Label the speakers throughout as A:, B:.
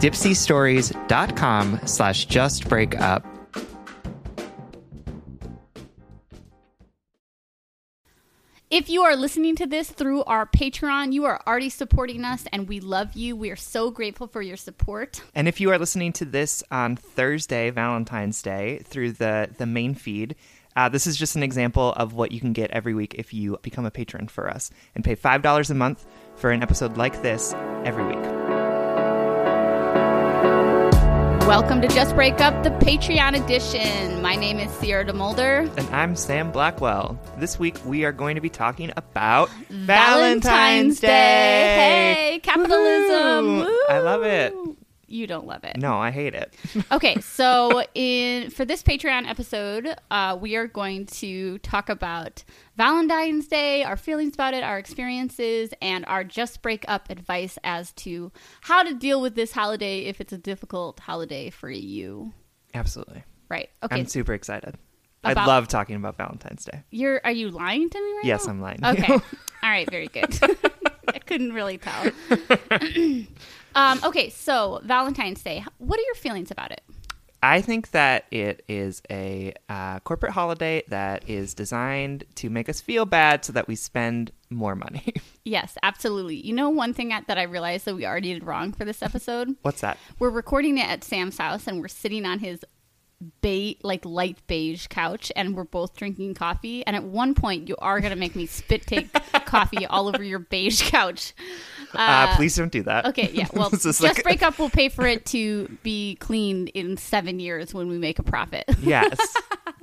A: dipsystories.com slash justbreakup.
B: If you are listening to this through our Patreon, you are already supporting us and we love you. We are so grateful for your support.
A: And if you are listening to this on Thursday, Valentine's Day, through the, the main feed, uh, this is just an example of what you can get every week if you become a patron for us and pay $5 a month for an episode like this every week.
B: Welcome to Just Break Up, the Patreon edition. My name is Sierra DeMolder.
A: And I'm Sam Blackwell. This week we are going to be talking about Valentine's,
B: Hey, capitalism.
A: Woohoo! I love it.
B: Woo. You don't love it.
A: No, I hate it.
B: Okay, so in for this Patreon episode, uh, we are going to talk about Valentine's Day, our feelings about it, our experiences, and our just break up advice as to how to deal with this holiday if it's a difficult holiday for you.
A: Absolutely.
B: Right. Okay.
A: I'm super excited. I
B: About-
A: love talking about Valentine's Day.
B: You're are you lying to me right
A: Yes,
B: now?
A: I'm lying.
B: Okay. All right, very good. I couldn't really tell. um, okay, so Valentine's Day. What are your feelings about it?
A: I think that it is a uh, corporate holiday that is designed to make us feel bad so that we spend more money.
B: Yes, absolutely. You know one thing that that I realized that we already did wrong for this episode?
A: What's that?
B: We're recording it at Sam's house and we're sitting on his ba- like light beige couch and we're both drinking coffee and at one point you are going to make me spit take coffee all over your beige couch.
A: Uh, please don't do that.
B: Okay, yeah. Well,
A: This is
B: just
A: like-
B: break up. We'll pay for it to be cleaned in seven years when we make a profit.
A: Yes.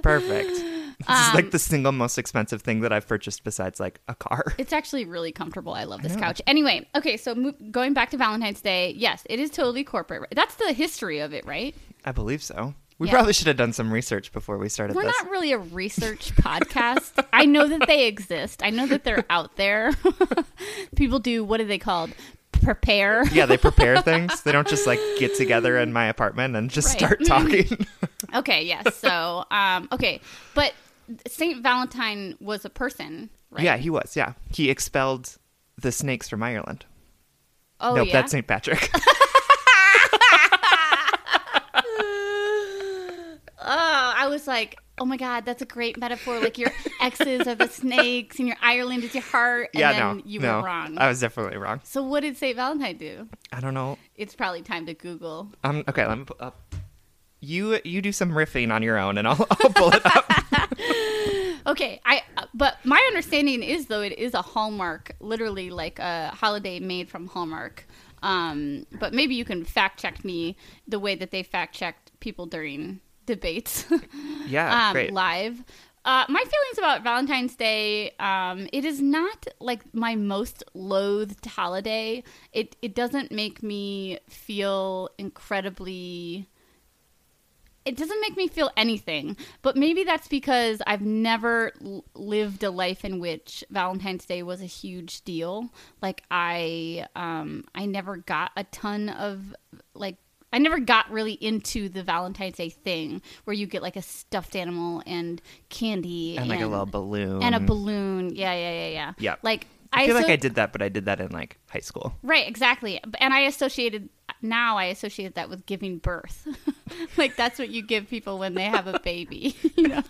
A: Perfect. This is
B: Um,
A: like the single most expensive thing that I've purchased besides like a car.
B: It's actually really comfortable. I love this couch. Anyway, okay. So mo- going back to Valentine's Day, yes, it is totally corporate. right? That's the history of it, right?
A: I believe so. We
B: Yeah.
A: probably should have done some research before we started
B: We're
A: this.
B: not really a research podcast. I know that they exist. I know that they're out there. People do what are they called? Prepare.
A: yeah, they prepare things. They don't just like get together in my apartment and just
B: Right.
A: start talking.
B: Okay, yes. So, um, okay, but Saint Valentine was a person, right?
A: Yeah, he was. Yeah. He expelled the snakes from Ireland.
B: Oh,
A: nope,
B: yeah.
A: that's St. Patrick.
B: oh, I was like, oh my god, that's a great metaphor. Like your exes are the snakes, and your Ireland is your heart. And
A: yeah,
B: then
A: no.
B: you
A: no,
B: were wrong.
A: I was definitely wrong.
B: so what did Saint Valentine do?
A: I don't know.
B: It's probably time to Google.
A: Um, okay, let me pull up. You you do some riffing on your own, and I'll, I'll pull it up.
B: Okay, I but my understanding is though it is a hallmark, literally like a holiday made from Hallmark. Um, but maybe you can fact check me the way that they fact checked people during debates.
A: Yeah,
B: um,
A: great.
B: live. Uh, my feelings about Valentine's Day, um, it is not like my most loathed holiday. It it doesn't make me feel incredibly. It doesn't make me feel anything, but maybe that's because I've never l- lived a life in which Valentine's Day was a huge deal. Like I, um, I never got a ton of like I never got really into the Valentine's Day thing where you get like a stuffed animal and candy
A: and like a little balloon
B: and a balloon. Yeah, yeah, yeah, yeah.
A: Yep.
B: Like
A: I feel like
B: asso-
A: I did that, but I did that in like high school.
B: Right, exactly. B- And I associated now I associate that with giving birth. like that's what you give people when they have a baby, you know.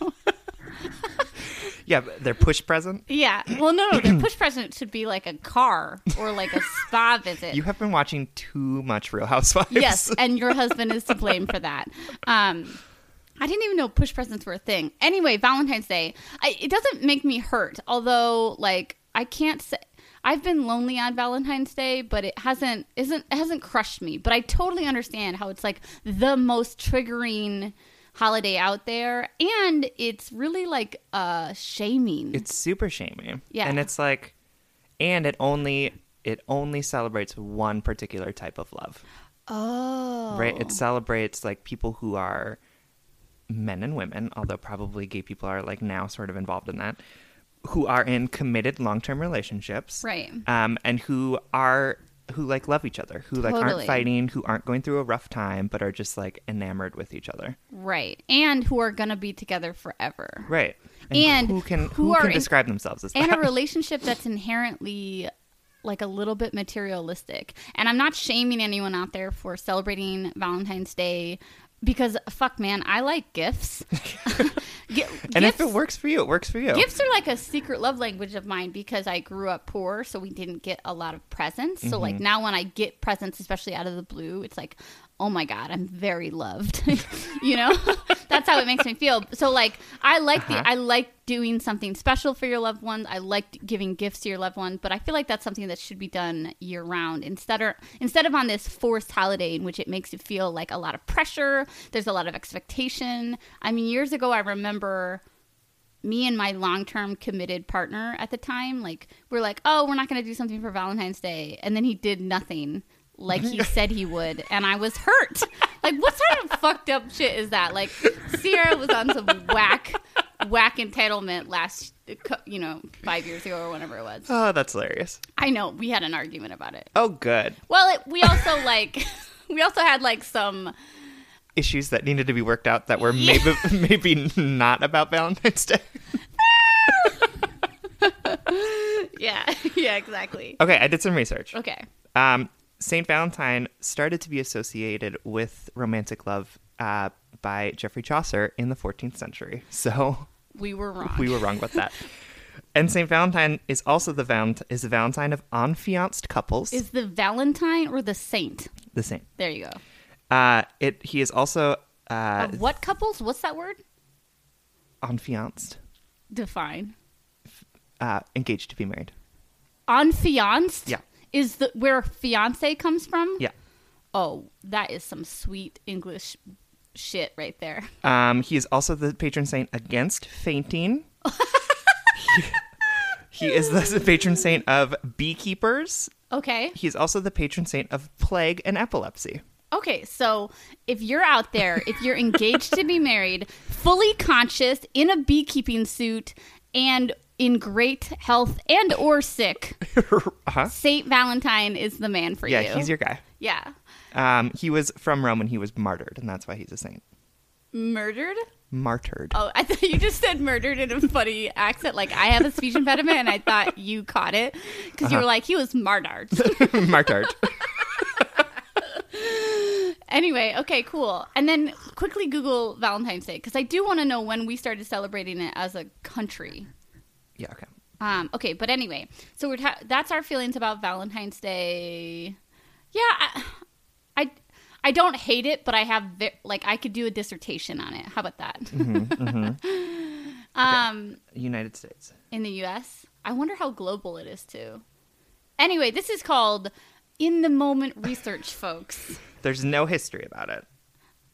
A: Yeah, but they're push present.
B: Yeah. Well, no, no, their push present should be like a car or like a spa visit.
A: You have been watching too much Real Housewives.
B: yes, and your husband is to blame for that. Um I didn't even know push presents were a thing. Anyway, Valentine's Day, I, it doesn't make me hurt, although like I can't say I've been lonely on Valentine's Day, but it hasn't isn't it hasn't crushed me. But I totally understand how it's like the most triggering holiday out there, and it's really like uh shaming.
A: it's super shaming.
B: Yeah.
A: and it's like, and it only it only celebrates one particular type of love,
B: oh,
A: right? It celebrates like people who are men and women, although probably gay people are like now sort of involved in that, who are in committed long term relationships,
B: Right.
A: Um, and who are who like love each other, who like aren't
B: Totally.
A: fighting, who aren't going through a rough time, but are just like enamored with each other.
B: right, and who are gonna be together forever.
A: Right.
B: And
A: who can
B: who
A: who,
B: are
A: can
B: in-
A: describe themselves as
B: and
A: that?
B: a relationship that's inherently like a little bit materialistic. And I'm not shaming anyone out there for celebrating Valentine's Day because fuck man, I like gifts. Gi-
A: and
B: gifts,
A: if it works for you, it works for you.
B: gifts are like a secret love language of mine because I grew up poor, so we didn't get a lot of presents. So
A: Mm-hmm.
B: like now when I get presents, especially out of the blue, it's like, oh my god, I'm very loved. you know, that's how it makes me feel. So like I like
A: Uh-huh.
B: the I like doing something special for your loved ones. I like giving gifts to your loved ones, but I feel like that's something that should be done year round instead or instead of on this forced holiday in which it makes you feel like a lot of pressure. There's a lot of expectation. I mean, years ago, I remember me and my long-term committed partner at the time like we're like oh we're not going to do something for valentine's day and then he did nothing like he said he would and i was hurt like what sort of fucked up shit is that like sierra was on some whack whack entitlement last you know five years ago or whenever it was
A: Oh, that's hilarious.
B: i know we had an argument about it
A: Oh, good.
B: well it, we also like we also had like some
A: Issues that needed to be worked out that were maybe maybe not about Valentine's Day.
B: yeah yeah exactly
A: Okay, I did some research.
B: okay
A: Um, Saint Valentine started to be associated with romantic love uh, by Geoffrey Chaucer in the 14th century. So
B: we were wrong
A: we were wrong about that. And Saint Valentine is also the valent- is the Valentine of unfianced couples.
B: is the valentine or the saint
A: the same.
B: There you go.
A: Uh, it he is also uh,
B: Of what couples? What's that word?
A: unfianced,
B: Define.
A: uh, engaged to be married.
B: Unfianced.
A: Yeah.
B: Is the where fiance comes from?
A: Yeah.
B: Oh, that is some sweet English shit right there.
A: Um, he is also the patron saint against fainting. he, he is the patron saint of beekeepers.
B: Okay.
A: He is also the patron saint of plague and epilepsy.
B: Okay, so if you're out there, if you're engaged to be married, fully conscious, in a beekeeping suit, and in great health and or sick,
A: uh-huh.
B: Saint Valentine is the man for
A: Yeah,
B: you.
A: he's your guy.
B: yeah.
A: Um, he was from Rome and he was martyred, and that's why he's a saint.
B: Murdered?
A: Martyred.
B: Oh, I thought you just said murdered in a funny accent. Like I have a speech impediment, and I thought you caught it because you were like he was martyred. Oh.
A: martyred.
B: anyway, okay, cool. And then quickly Google Valentine's Day because I do want to know when we started celebrating it as a country.
A: Yeah. Okay.
B: Um, okay, but anyway, so we're ta- that's our feelings about Valentine's Day. Yeah, I, I, I don't hate it, but I have ve- like I could do a dissertation on it. How about that? um.
A: United States.
B: in the US. I wonder how global it is too. Anyway, this is called in the moment research, folks.
A: There's no history about it.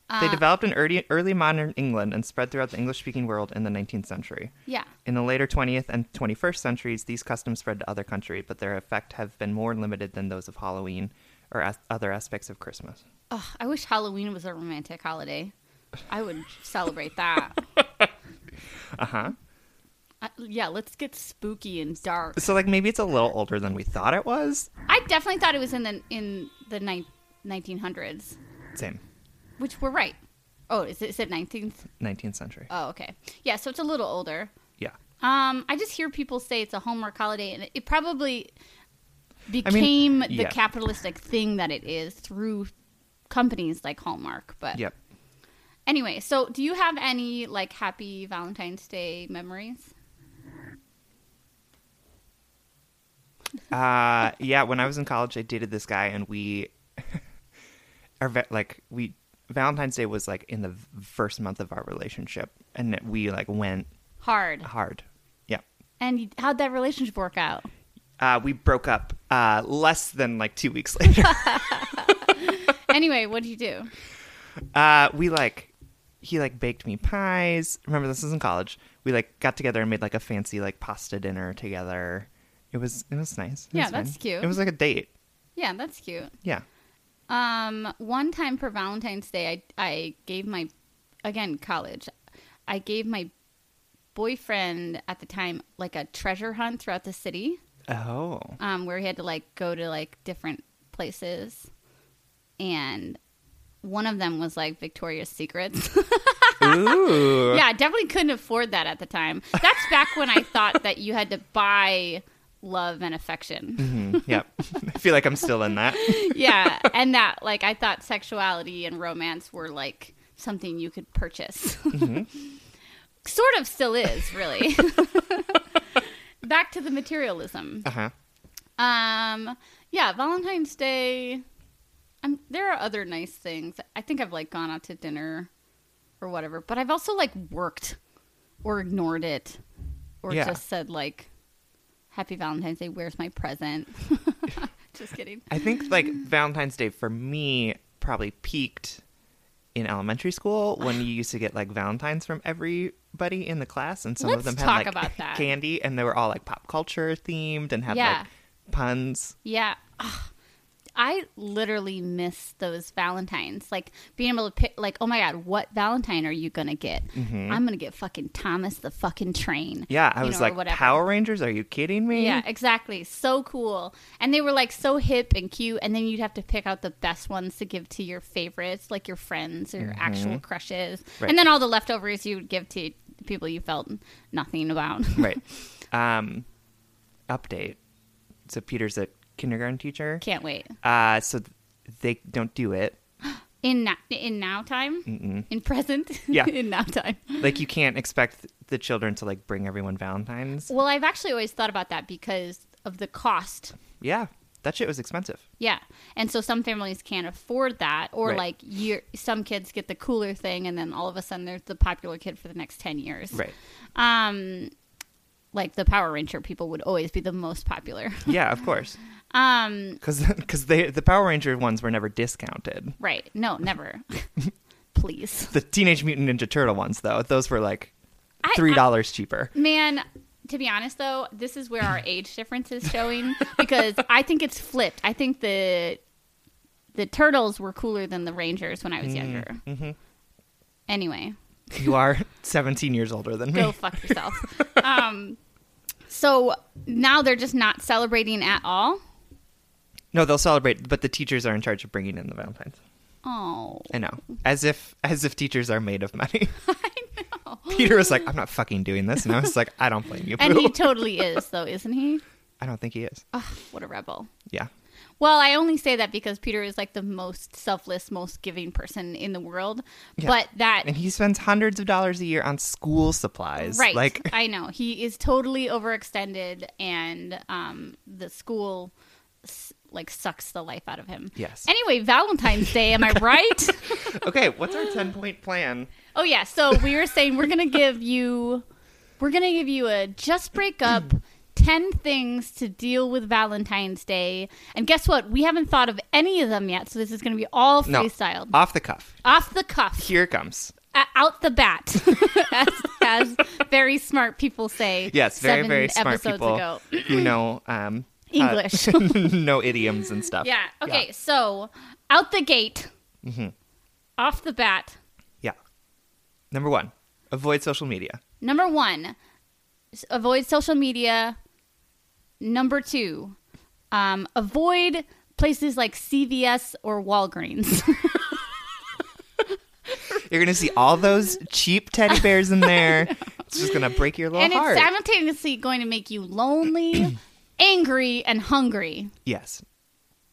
B: Uh,
A: They developed in early, early modern England and spread throughout the English speaking world in the 19th century.
B: Yeah.
A: In the later 20th and 21st centuries, these customs spread to other countries, but their effect have been more limited than those of Halloween or as- other aspects of Christmas.
B: Ugh, I wish Halloween was a romantic holiday. I would celebrate that.
A: Uh-huh.
B: Uh, yeah, let's get spooky and dark.
A: So like maybe it's a little older than we thought it was.
B: I definitely thought it was in the in the nine- 1900s.
A: Same.
B: which we're right. Oh, is it, is it 19th?
A: 19th century.
B: Oh, okay. Yeah, so it's a little older.
A: yeah.
B: Um, I just hear people say it's a homework holiday, and it probably
A: I mean,
B: became the
A: yeah.
B: capitalistic thing that it is through companies like Hallmark. But
A: Yep.
B: anyway, so do you have any like happy Valentine's Day memories?
A: Uh, yeah, when I was in college, I dated this guy, and we, our va- like we Valentine's Day was like in the first month of our relationship, and we like went
B: Hard.
A: hard. Yeah,
B: And you- how'd that relationship work out?
A: uh, we broke up uh, less than like two weeks later.
B: anyway, what did you do?
A: uh, we like he like baked me pies. Remember, this is in college. We like got together and made like a fancy like pasta dinner together. It was it was nice. It
B: Yeah,
A: was
B: that's
A: fun.
B: cute.
A: It was like a date.
B: Yeah, that's cute.
A: Yeah.
B: Um, one time for Valentine's Day, I I gave my again college, I gave my boyfriend at the time like a treasure hunt throughout the city,
A: Oh.
B: um, where he had to like go to like different places, and one of them was like Victoria's Secrets.
A: Ooh.
B: yeah, I definitely couldn't afford that at the time. That's back when I thought that you had to buy love and affection.
A: Mm, yep. I feel like I'm still in that.
B: yeah and that like i thought sexuality and romance were like something you could purchase sort of still is really back to the materialism
A: Uh huh.
B: um yeah valentine's day um, there are other nice things i think i've like gone out to dinner or whatever but i've also like worked or ignored it or
A: Yeah.
B: just said like happy valentine's day where's my present just kidding
A: I think like Valentine's Day for me probably peaked in elementary school when you used to get like Valentines from everybody in the class, and some of
B: Let's
A: them had
B: talk
A: like
B: about that.
A: candy, and they were all like pop culture themed and had
B: Yeah.
A: like puns.
B: Yeah. Ugh. I literally miss those Valentines. Like being able to pick, like, oh my God, what Valentine are you going to get? I'm going to get fucking Thomas the fucking train.
A: Mm-hmm. Yeah, I
B: you
A: was
B: know, or
A: like, Power Rangers? Are you kidding me?
B: Yeah, exactly. So cool. And they were like so hip and cute. And then you'd have to pick out the best ones to give to your favorites, like your friends or your actual crushes.
A: Mm-hmm. Right.
B: And then all the leftovers you would give to people you felt nothing about.
A: right. Um, update. So Peter's a kindergarten teacher.
B: Can't wait.
A: Uh, so th- they don't do it.
B: In, na- in now time? In present?
A: Yeah.
B: in now time.
A: like you can't expect the children to like bring everyone valentines
B: Well, I've actually always thought about that because of the cost.
A: yeah that shit was expensive
B: Yeah. And so some families can't afford that or
A: Right.
B: like year some kids get the cooler thing and then all of a sudden they're the popular kid for the next 10 years.
A: right
B: Um like the Power Ranger people would always be the most popular.
A: yeah of course
B: um
A: because because they the power ranger ones were never discounted
B: right. No, never. Please.
A: the teenage mutant ninja turtle ones though those were like
B: I-
A: three dollars cheaper
B: Man, to be honest though, this is where our age difference is showing because I think it's flipped. I think the the turtles were cooler than the rangers when I was younger. Anyway,
A: you are 17 years older than me
B: go fuck yourself. um, so now they're just not celebrating at all.
A: no they'll celebrate but the teachers are in charge of bringing in the valentines
B: Oh,
A: i know as if as if teachers are made of money Peter was like, I'm not fucking doing this. And I was like, I don't blame you,
B: and
A: boo.
B: he totally is though, isn't he?
A: I don't think he is.
B: What a rebel.
A: Yeah.
B: Well, I only say that because Peter is like the most selfless, most giving person in the world.
A: Yeah.
B: But that
A: and he spends hundreds of dollars a year on school supplies.
B: Right.
A: Like,
B: I know he is totally overextended, and um, the school s- like sucks the life out of him.
A: Yes.
B: Anyway, Valentine's Day. Am I right?
A: okay, what's our ten point plan?
B: oh yeah. So we were saying we're gonna give you, we're gonna give you a just break up. 10 things to deal with Valentine's Day. And guess what? We haven't thought of any of them yet. So this is going to be all
A: No,
B: freestyled.
A: off the cuff.
B: Off the cuff,
A: Here it comes.
B: uh, out the bat, as, as very smart people say.
A: Yes, very
B: seven
A: very smart
B: episodes
A: people
B: ago.
A: who know um, uh,
B: English.
A: know idioms and stuff.
B: yeah. Okay. So out the gate,
A: Mm-hmm.
B: off the bat,
A: Yeah. Number one, avoid social media.
B: number one, s- avoid social media. Number two, um, avoid places like CVS or Walgreens.
A: You're gonna see all those cheap teddy bears in there. It's just gonna break your little
B: and
A: heart.
B: it's simultaneously going to make you lonely, angry, and hungry.
A: yes.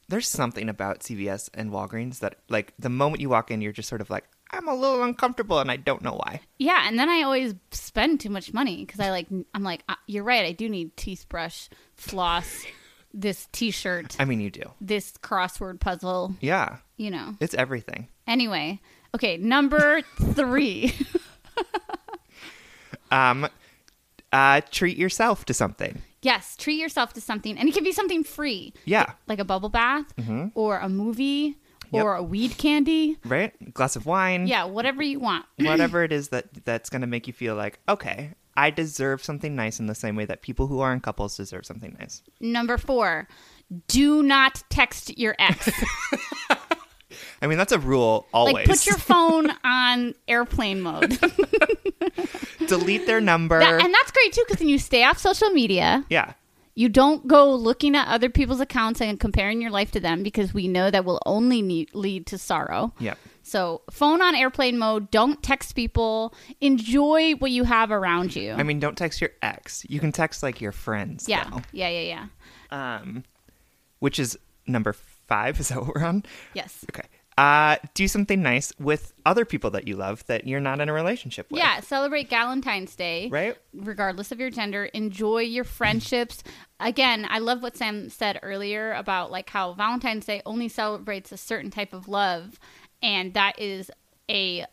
A: There's something about CVS and Walgreens that, like, the moment you walk in, you're just sort of like, I'm a little uncomfortable and I don't know why.
B: Yeah, and then I always spend too much money because I like I'm like uh, you're right. I do need toothbrush, floss, this T-shirt,
A: I mean, you do.
B: this crossword puzzle.
A: Yeah.
B: You know.
A: It's everything.
B: Anyway, okay, number three.
A: Um, uh, treat yourself to something.
B: yes, treat yourself to something, and it can be something free.
A: Yeah.
B: like a bubble bath or a movie
A: Mm-hmm. Yep. Mm-hmm.
B: or a weed candy.
A: Right? Glass of wine.
B: Yeah, whatever you want.
A: whatever it is that that's going to make you feel like okay i deserve something nice in the same way that people who are in couples deserve something nice
B: Number four, do not text your ex.
A: i mean that's a rule always
B: like, put your phone on airplane mode. That-
A: delete their number
B: and that's great too, because then you stay off social media.
A: yeah
B: You don't go looking at other people's accounts and comparing your life to them because we know that will only need, lead to sorrow.
A: Yep.
B: So, phone on airplane mode, don't text people, enjoy what you have around you.
A: i mean don't text your ex you can text like your friends
B: yeah.
A: now,
B: Yeah, yeah, yeah.
A: which is number five is that what we're on
B: Yes.
A: okay uh do something nice with other people that you love that you're not in a relationship with
B: Yeah, celebrate Valentine's Day.
A: Right?
B: Regardless of your gender, enjoy your friendships. Again, I love what Sam said earlier about like how Valentine's Day only celebrates a certain type of love and that is a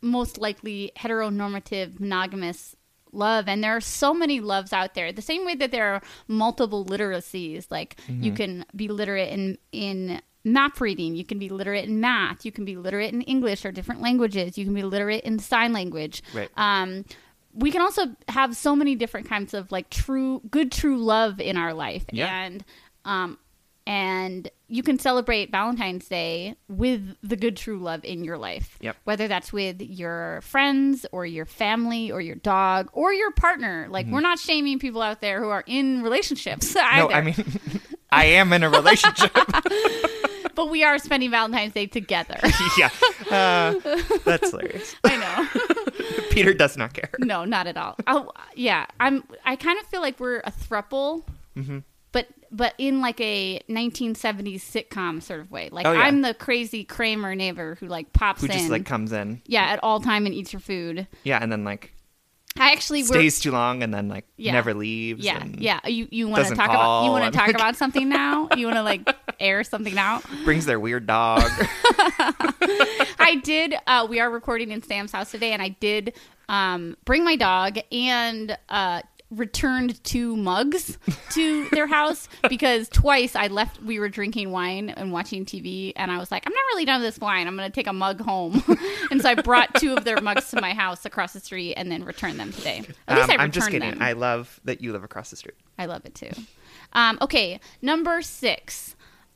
B: most likely heteronormative monogamous love and there are so many loves out there the same way that there are multiple literacies like
A: Mm-hmm.
B: you can be literate in in map reading you can be literate in math you can be literate in english or different languages you can be literate in sign language
A: Right.
B: um we can also have so many different kinds of like true good true love in our life
A: Yeah.
B: and um and you can celebrate Valentine's Day with the good true love in your life.
A: Yep.
B: Whether that's with your friends or your family or your dog or your partner. Like we're not shaming people out there who are in relationships either.
A: Mm-hmm. no i mean i am in a relationship
B: but we are spending Valentine's Day together.
A: yeah uh, that's hilarious
B: I know.
A: peter does not care
B: No, not at all. Oh, yeah. I'm. I kind of feel like we're a thruple,
A: Mm-hmm.
B: but but in like a 1970s sitcom sort of way. Like
A: Oh, yeah.
B: I'm the crazy Kramer neighbor who like pops
A: who
B: in,
A: just like comes in
B: yeah, at all time and eats your food.
A: Yeah, and then like
B: I actually were-
A: stays too long and then like
B: Yeah.
A: never leaves.
B: Yeah,
A: and
B: yeah. You you want to
A: doesn't
B: talk about you
A: call
B: want
A: and-
B: to talk about something now? You want to like air something out?
A: Brings their weird dog.
B: I did. Uh, we are recording in Sam's house today, and I did um, bring my dog and uh, returned two mugs to their house because twice I left. We were drinking wine and watching TV, and I was like, "I'm not really done with this wine. I'm going to take a mug home." and so I brought two of their mugs to my house across the street, and then returned them today. At least I returned
A: am Um, just kidding.
B: them.
A: I love that you live across the street.
B: I love it too. Um, okay, number six.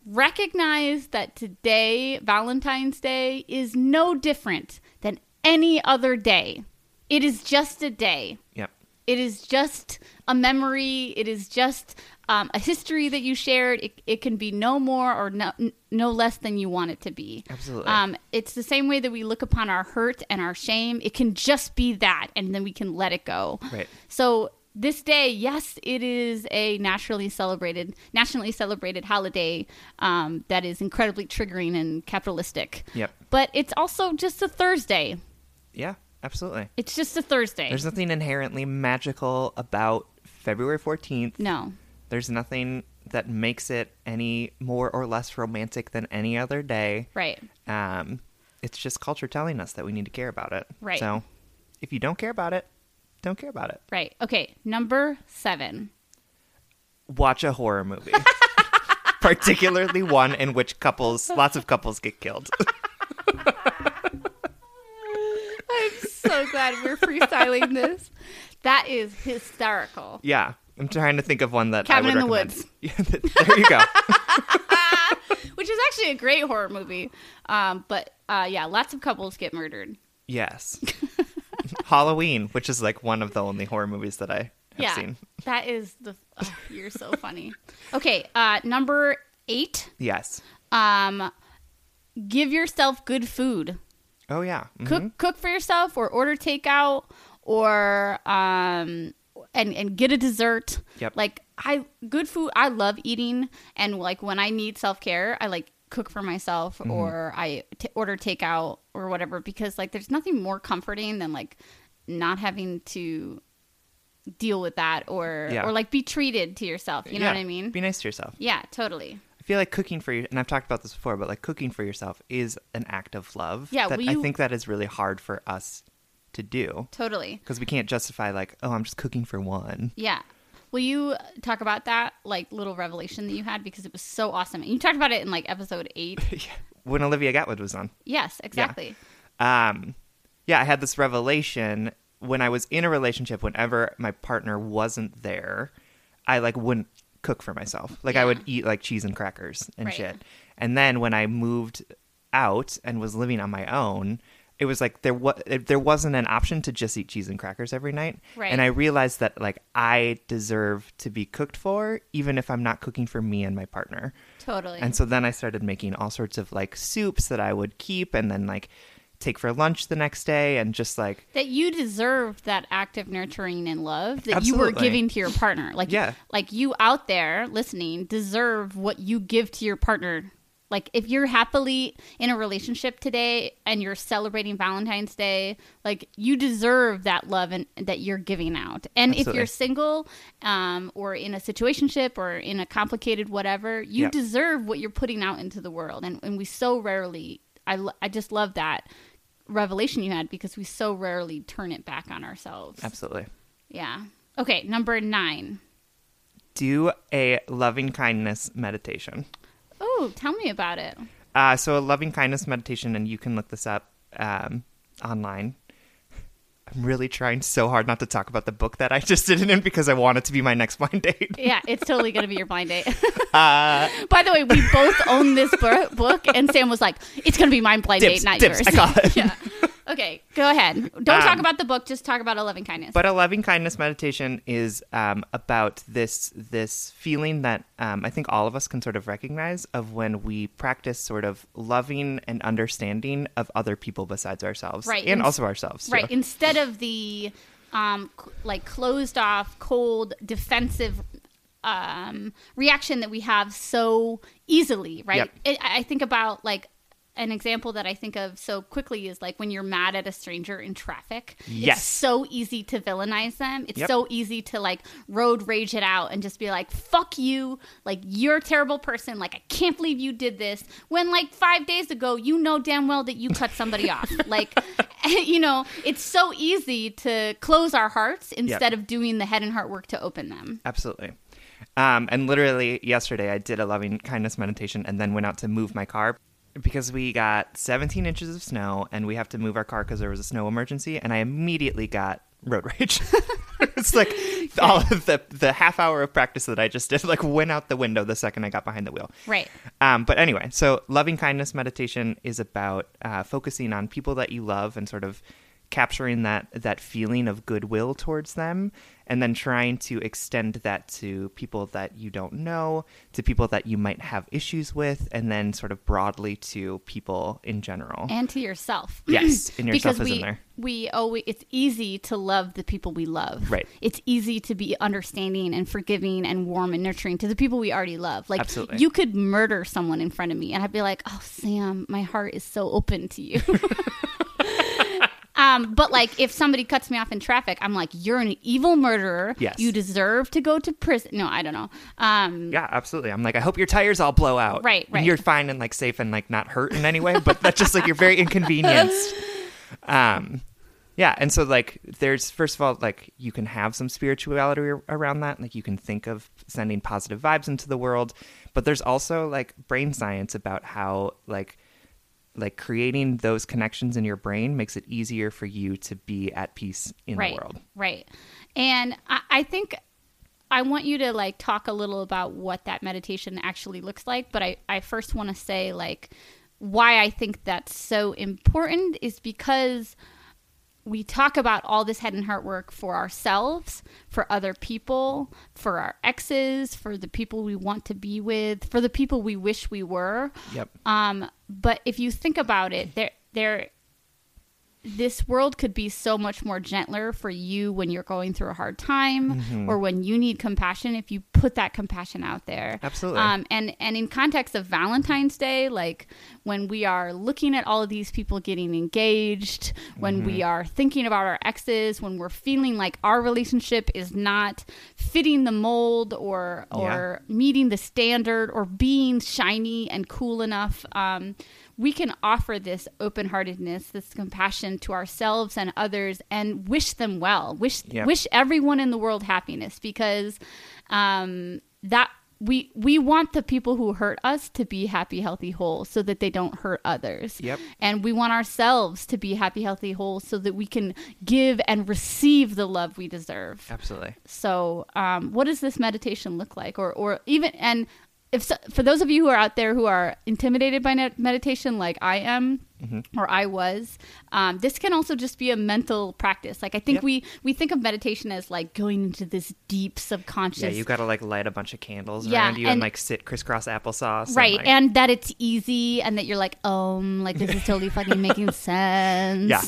B: Recognize that today, Valentine's Day, is no different than any other day. It is just a day.
A: Yep.
B: It is just a memory. It is just um, a history that you shared. It, it can be no more or no, n- no less than you want it to be.
A: Absolutely.
B: Um, it's the same way that we look upon our hurt and our shame. It can just be that, and then we can let it go.
A: Right.
B: So this day, yes, it is a nationally celebrated, nationally celebrated holiday um, that is incredibly triggering and capitalistic.
A: Yep.
B: But it's also just a Thursday.
A: Yeah, absolutely.
B: It's just a Thursday.
A: There's nothing inherently magical about February 14th.
B: no.
A: There's nothing that makes it any more or less romantic than any other day.
B: Right.
A: Um, it's just culture telling us that we need to care about it.
B: Right.
A: So if you don't care about it, don't care about it.
B: Right. Okay. Number seven.
A: watch a horror movie. Particularly one in which couples, lots of couples get killed.
B: I'm so glad we're freestyling this. That is hysterical.
A: yeah, I'm trying to think of one that
B: Cabin
A: I would
B: in the
A: recommend.
B: Woods.
A: Yeah, th- there you go.
B: Which is actually a great horror movie. Um, but uh, yeah, lots of couples get murdered.
A: yes. Halloween, which is like one of the only horror movies that I have
B: yeah,
A: seen.
B: that is the. Oh, you're so funny. Okay, uh, number eight.
A: Yes.
B: Um, give yourself good food.
A: Oh yeah. Mhm.
B: cook cook for yourself or order takeout or um and and get a dessert
A: Yep.
B: like i good food i love eating and like when i need self-care i like cook for myself
A: Mm-hmm.
B: or I t- order takeout or whatever because like there's nothing more comforting than like not having to deal with that or
A: Yeah.
B: or like be treated to yourself you know
A: Yeah,
B: what i mean
A: Be nice to yourself.
B: yeah totally
A: I feel like cooking for you, and I've talked about this before, but like cooking for yourself is an act of love.
B: Yeah,
A: that
B: will
A: I
B: you-
A: think that is really hard for us to do
B: totally
A: because we can't justify like, oh, I'm just cooking for one.
B: Yeah. Will you talk about that like little revelation that you had because it was so awesome? And you talked about it in like episode 8.
A: When Olivia Gatwood was on,
B: yes, exactly.
A: um, yeah, I had this revelation when I was in a relationship. Whenever my partner wasn't there, I like wouldn't cook for myself. Like I
B: Yeah.
A: would eat like cheese and crackers and
B: Right.
A: shit. And then when I moved out and was living on my own, it was like there was there wasn't an option to just eat cheese and crackers every night.
B: Right.
A: And I realized that like I deserve to be cooked for, even if I'm not cooking for me and my partner.
B: Totally.
A: And so then I started making all sorts of like soups that I would keep and then like take for lunch the next day and just like
B: that you deserved that act of nurturing and love that you were
A: Absolutely.
B: giving to your partner. Like
A: Yeah.
B: like you out there listening deserve what you give to your partner. Like if you're happily in a relationship today and you're celebrating Valentine's Day, like you deserve that love and that you're giving out. And if
A: Absolutely.
B: you're single um, or in a situationship or in a complicated whatever, you
A: Yep.
B: deserve what you're putting out into the world. And, and we so rarely, I, lo- I just love that revelation you had because we so rarely turn it back on ourselves.
A: absolutely
B: Yeah. Okay, number nine.
A: do a loving kindness meditation.
B: Oh, tell me about it.
A: Uh, so a loving kindness meditation, and you can look this up um, online. I'm really trying so hard not to talk about the book that I just did it in because I want it to be my next blind date.
B: Yeah, it's totally going to be your blind date.
A: Uh,
B: By the way, we both own this bur- book, and Sam was like, it's going to be my blind
A: Dibs,
B: date, not
A: dibs,
B: yours.
A: I call it.
B: yeah. Okay, go ahead. Don't talk
A: Um,
B: about the book, just talk about a loving kindness.
A: But a loving kindness meditation is um, about this this feeling that um, I think all of us can sort of recognize of when we practice sort of loving and understanding of other people besides ourselves,
B: Right,
A: and
B: ins-
A: also ourselves, too.
B: Right. Instead of the um, c- like closed off, cold, defensive um, reaction that we have so easily, right?
A: Yep.
B: It, I I think about like an example that I think of so quickly is like when you're mad at a stranger in traffic.
A: Yes.
B: It's so easy to villainize them. It's
A: Yep.
B: so easy to like road rage it out and just be like, fuck you. Like, you're a terrible person. Like, I can't believe you did this. When like five days ago, you know damn well that you cut somebody off. Like, you know, it's so easy to close our hearts instead of doing the head and heart work to open them.
A: Absolutely. Um, and literally yesterday, I did a loving kindness meditation and then went out to move my car because we got 17 inches of snow and we have to move our car because there was a snow emergency. And I immediately got road rage. it's like all of the, the half hour of practice that I just did, like went out the window the second I got behind the wheel.
B: Right.
A: Um, but anyway, so loving kindness meditation is about uh, focusing on people that you love and sort of capturing that that feeling of goodwill towards them, and then trying to extend that to people that you don't know, to people that you might have issues with, and then sort of broadly to people in general.
B: And to yourself.
A: yes, and yourself
B: because
A: is
B: we,
A: in there.
B: We always it's easy to love the people we love.
A: Right.
B: It's easy to be understanding and forgiving and warm and nurturing to the people we already love. Like
A: Absolutely.
B: you could murder someone in front of me and I'd be like, "Oh, Sam, my heart is so open to you." Um, but like if somebody cuts me off in traffic, I'm like, you're an evil murderer.
A: Yes.
B: You deserve to go to prison. No, I don't know. Um,
A: Yeah, absolutely. I'm like, I hope your tires all blow out.
B: Right,
A: And
B: right.
A: you're fine and like safe and like not hurt in any way, but that's just like you're very inconvenienced. Um, yeah, and so like, there's first of all like you can have some spirituality ar- around that. Like you can think of sending positive vibes into the world, but there's also like brain science about how like like creating those connections in your brain makes it easier for you to be at peace in
B: right,
A: the world.
B: Right. And I, I think I want you to like talk a little about what that meditation actually looks like, but I, I first want to say like why I think that's so important is because we talk about all this head and heart work for ourselves, for other people, for our exes, for the people we want to be with, for the people we wish we were.
A: Yep.
B: Um, but if you think about it, there there this world could be so much more gentler for you when you're going through a hard time
A: Mm-hmm.
B: or when you need compassion if you put that compassion out there
A: Absolutely.
B: um, and and in context of valentine's day like when we are looking at all of these people getting engaged when we
A: Mm-hmm.
B: are thinking about our exes when we're feeling like our relationship is not fitting the mold or
A: Yeah.
B: or meeting the standard or being shiny and cool enough um, we can offer this open-heartedness this compassion to ourselves and others and wish them well wish
A: Yep.
B: wish everyone in the world happiness because um, that we we want the people who hurt us to be happy healthy whole so that they don't hurt others
A: Yep.
B: and we want ourselves to be happy healthy whole so that we can give and receive the love we deserve
A: Absolutely.
B: so, um, what does this meditation look like, or or even and if so, for those of you who are out there who are intimidated by net meditation, like I am
A: Mm-hmm.
B: or I was, um, this can also just be a mental practice. Like I think
A: Yep.
B: we we think of meditation as like going into this deep subconscious.
A: Yeah, you got to like light a bunch of candles
B: Yeah,
A: around you and,
B: and-
A: like sit crisscross applesauce. and,
B: Right,
A: like-
B: and that it's easy, and that you're like, um, like this is totally fucking making sense.
A: Yeah.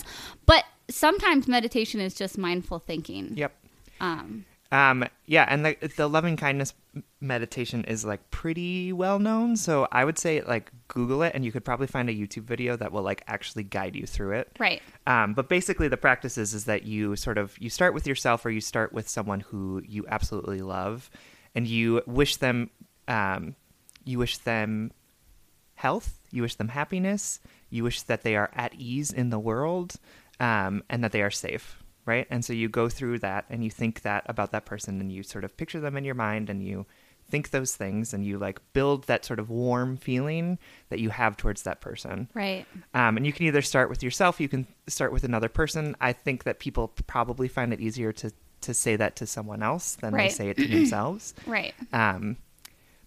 B: But sometimes meditation is just mindful thinking.
A: yep.
B: Um,
A: Um, yeah, and the the loving kindness meditation is like pretty well known. So I would say like Google it, and you could probably find a YouTube video that will like actually guide you through it.
B: right.
A: Um, but basically, the practice is, is that you sort of you start with yourself, or you start with someone who you absolutely love, and you wish them, um, you wish them health, you wish them happiness, you wish that they are at ease in the world, um, and that they are safe, right? And so you go through that, and you think that about that person, and you sort of picture them in your mind, and you think those things, and you like build that sort of warm feeling that you have towards that person.
B: Right.
A: Um, and you can either start with yourself, you can start with another person. I think that people probably find it easier to to say that to someone else than
B: Right.
A: they say it to themselves.
B: Right.
A: Um,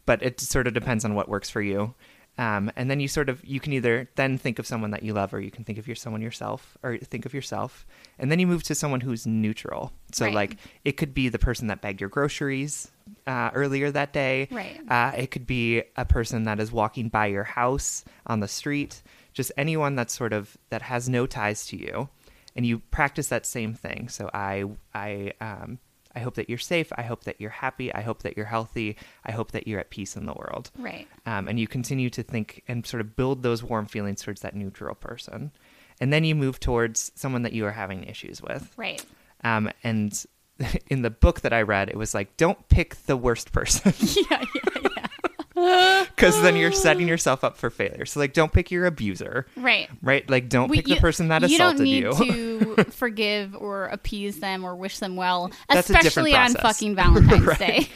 A: but it sort of depends on what works for you. Um, and then you sort of you can either then think of someone that you love, or you can think of your someone yourself, or think of yourself, and then you move to someone who's neutral. So
B: Right.
A: like it could be the person that bagged your groceries uh, earlier that day,
B: Right.
A: uh, it could be a person that is walking by your house on the street, just anyone that's sort of that has no ties to you, and you practice that same thing. So I, I, um, I hope that you're safe. I hope that you're happy. I hope that you're healthy. I hope that you're at peace in the world.
B: Right.
A: Um, and you continue to think and sort of build those warm feelings towards that neutral person, and then you move towards someone that you are having issues with.
B: Right.
A: Um, and in the book that I read, it was like, don't pick the worst person. yeah, yeah, yeah. Because then you're setting yourself up for failure. So, like, don't pick your abuser,
B: Right.
A: right? Like, don't
B: We-
A: pick the person that
B: you
A: assaulted you.
B: don't need to forgive or appease them or wish them well,
A: That's a different
B: especially on
A: process.
B: fucking Valentine's Day.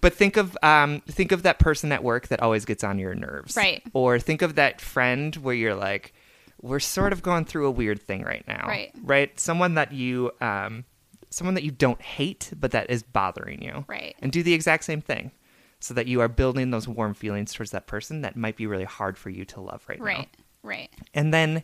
A: but think of um, think of that person at work that always gets on your nerves,
B: Right.
A: Or think of that friend where you're like, we're sort of going through a weird thing right now,
B: Right.
A: Right? Someone that you um, someone that you don't hate, but that is bothering you,
B: Right.
A: And do the exact same thing, so that you are building those warm feelings towards that person that might be really hard for you to love right, now
B: Right. Right.
A: and then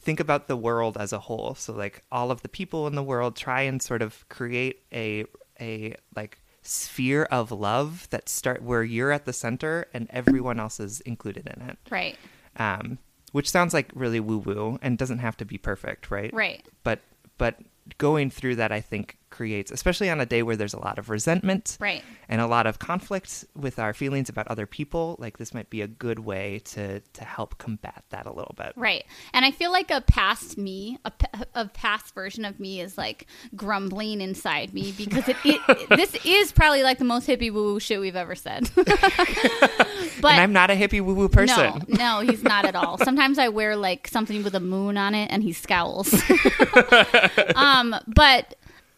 A: think about the world as a whole so like all of the people in the world try and sort of create a a like sphere of love that start where you're at the center and everyone else is included in it
B: Right.
A: um which sounds like really woo woo and doesn't have to be perfect right
B: Right.
A: but but going through that i think creates especially on a day where there's a lot of resentment
B: Right.
A: and a lot of conflict with our feelings about other people like this might be a good way to to help combat that a little bit
B: Right. And I feel like a past me, a, p- a past version of me is like grumbling inside me because it, it this is probably like the most hippie woo woo shit we've ever said. but
A: and I'm not a hippie woo woo person.
B: No, no, he's not at all. Sometimes I wear like something with a moon on it and he scowls. um, but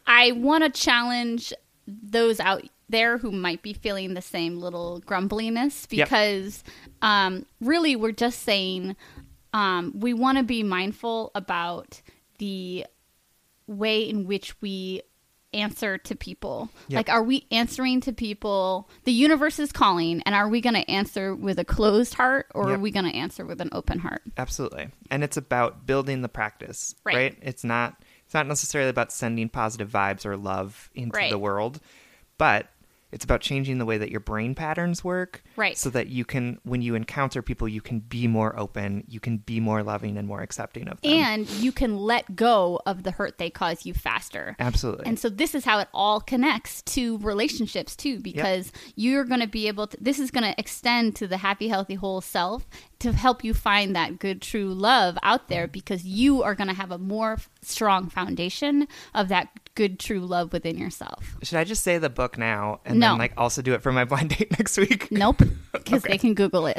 B: I want to challenge those out there who might be feeling the same little grumbliness
A: Yep.
B: because um, really we're just saying um, we want to be mindful about the way in which we answer to people.
A: Yep.
B: Like, are we answering to people? The universe is calling, and are we going to answer with a closed heart or
A: Yep.
B: are we going to answer with an open heart?
A: Absolutely. And it's about building the practice, right?
B: Right.
A: It's not it's not necessarily about sending positive vibes or love into
B: Right.
A: the world, but It's about changing the way that your brain patterns work.
C: Right.
A: So that you can, when you encounter people, you can be more open, you can be more loving and more accepting of them.
B: and you can let go of the hurt they cause you faster.
A: Absolutely.
B: And so this is how it all connects to relationships too, because you're going to be able to. This is going to extend to the happy, healthy, whole self to help you find that good, true love out
A: Mm-hmm.
B: there, because you are going to have a more f- strong foundation of that good, true love within yourself.
A: Should I just say the book now and
B: No.
A: then like also do it for my blind date next week?
B: Nope, because they can Google it.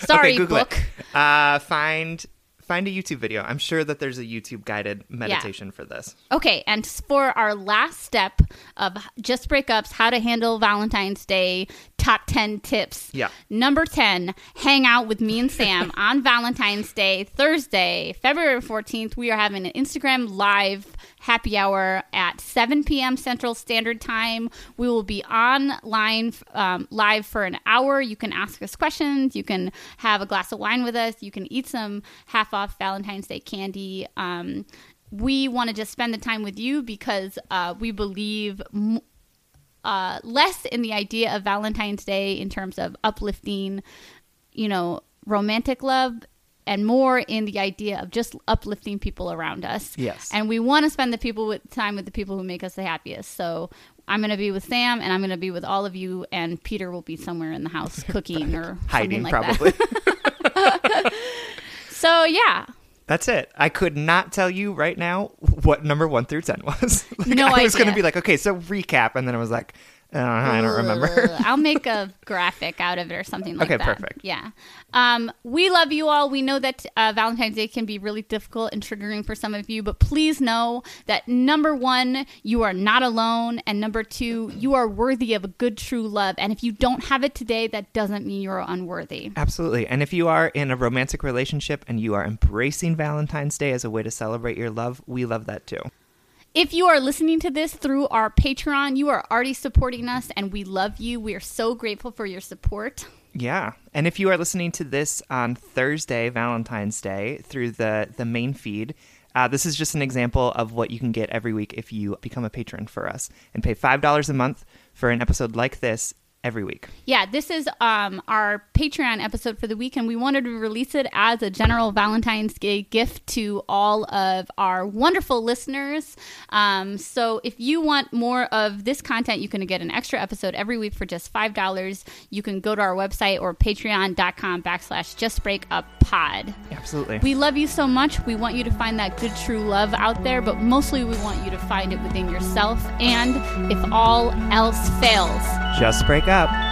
B: Sorry,
A: Google it.
B: book.
A: Uh, find find a YouTube video. I'm sure that there's a YouTube guided meditation for this.
B: Okay, and for our last step of just breakups, how to handle Valentine's Day top 10 tips.
A: Yeah.
B: Number 10, hang out with me and Sam on Valentine's Day, Thursday, February 14th. We are having an Instagram live happy hour at 7 p.m. Central Standard Time. We will be online um, live for an hour. You can ask us questions. You can have a glass of wine with us. You can eat some half off Valentine's Day candy. Um, we want to just spend the time with you because uh, we believe m- uh, less in the idea of Valentine's Day in terms of uplifting, you know, romantic love, and more in the idea of just uplifting people around us.
A: Yes.
B: and we want to spend the people with time with the people who make us the happiest. So. I'm going to be with Sam and I'm going to be with all of you and Peter will be somewhere in the house cooking or something
A: Hiding
B: like that.
A: probably.
B: So yeah.
A: That's it. I could not tell you right now what number one through ten was. Like,
B: No
A: I was going to
B: idea.
A: be like, okay, so recap, and then I was like, uh, I don't remember.
B: Ugh, I'll make a graphic out of it or something like
A: Okay,
B: that.
A: perfect.
B: Yeah. Um, we love you all. We know that uh, Valentine's Day can be really difficult and triggering for some of you, but please know that number one, you are not alone. And number two, you are worthy of a good, true love. And if you don't have it today, that doesn't mean you're unworthy.
A: Absolutely. And if you are in a romantic relationship and you are embracing Valentine's Day as a way to celebrate your love, we love that too.
B: If you are listening to this through our Patreon, you are already supporting us, and we love you. We are so grateful for your support.
A: Yeah. And if you are listening to this on Thursday, Valentine's Day, through the, the main feed, uh, this is just an example of what you can get every week if you become a patron for us and pay $5 a month for an episode like this every week.
B: Yeah, this is um, our Patreon episode for the week, and we wanted to release it as a general Valentine's Day gift to all of our wonderful listeners. Um, so, if you want more of this content, you can get an extra episode every week for just five dollars. You can go to our website or patreon.com backslash just break up pod.
A: Absolutely.
B: We love you so much. We want you to find that good, true love out there, but mostly we want you to find it within yourself. And if all else fails,
A: just break up.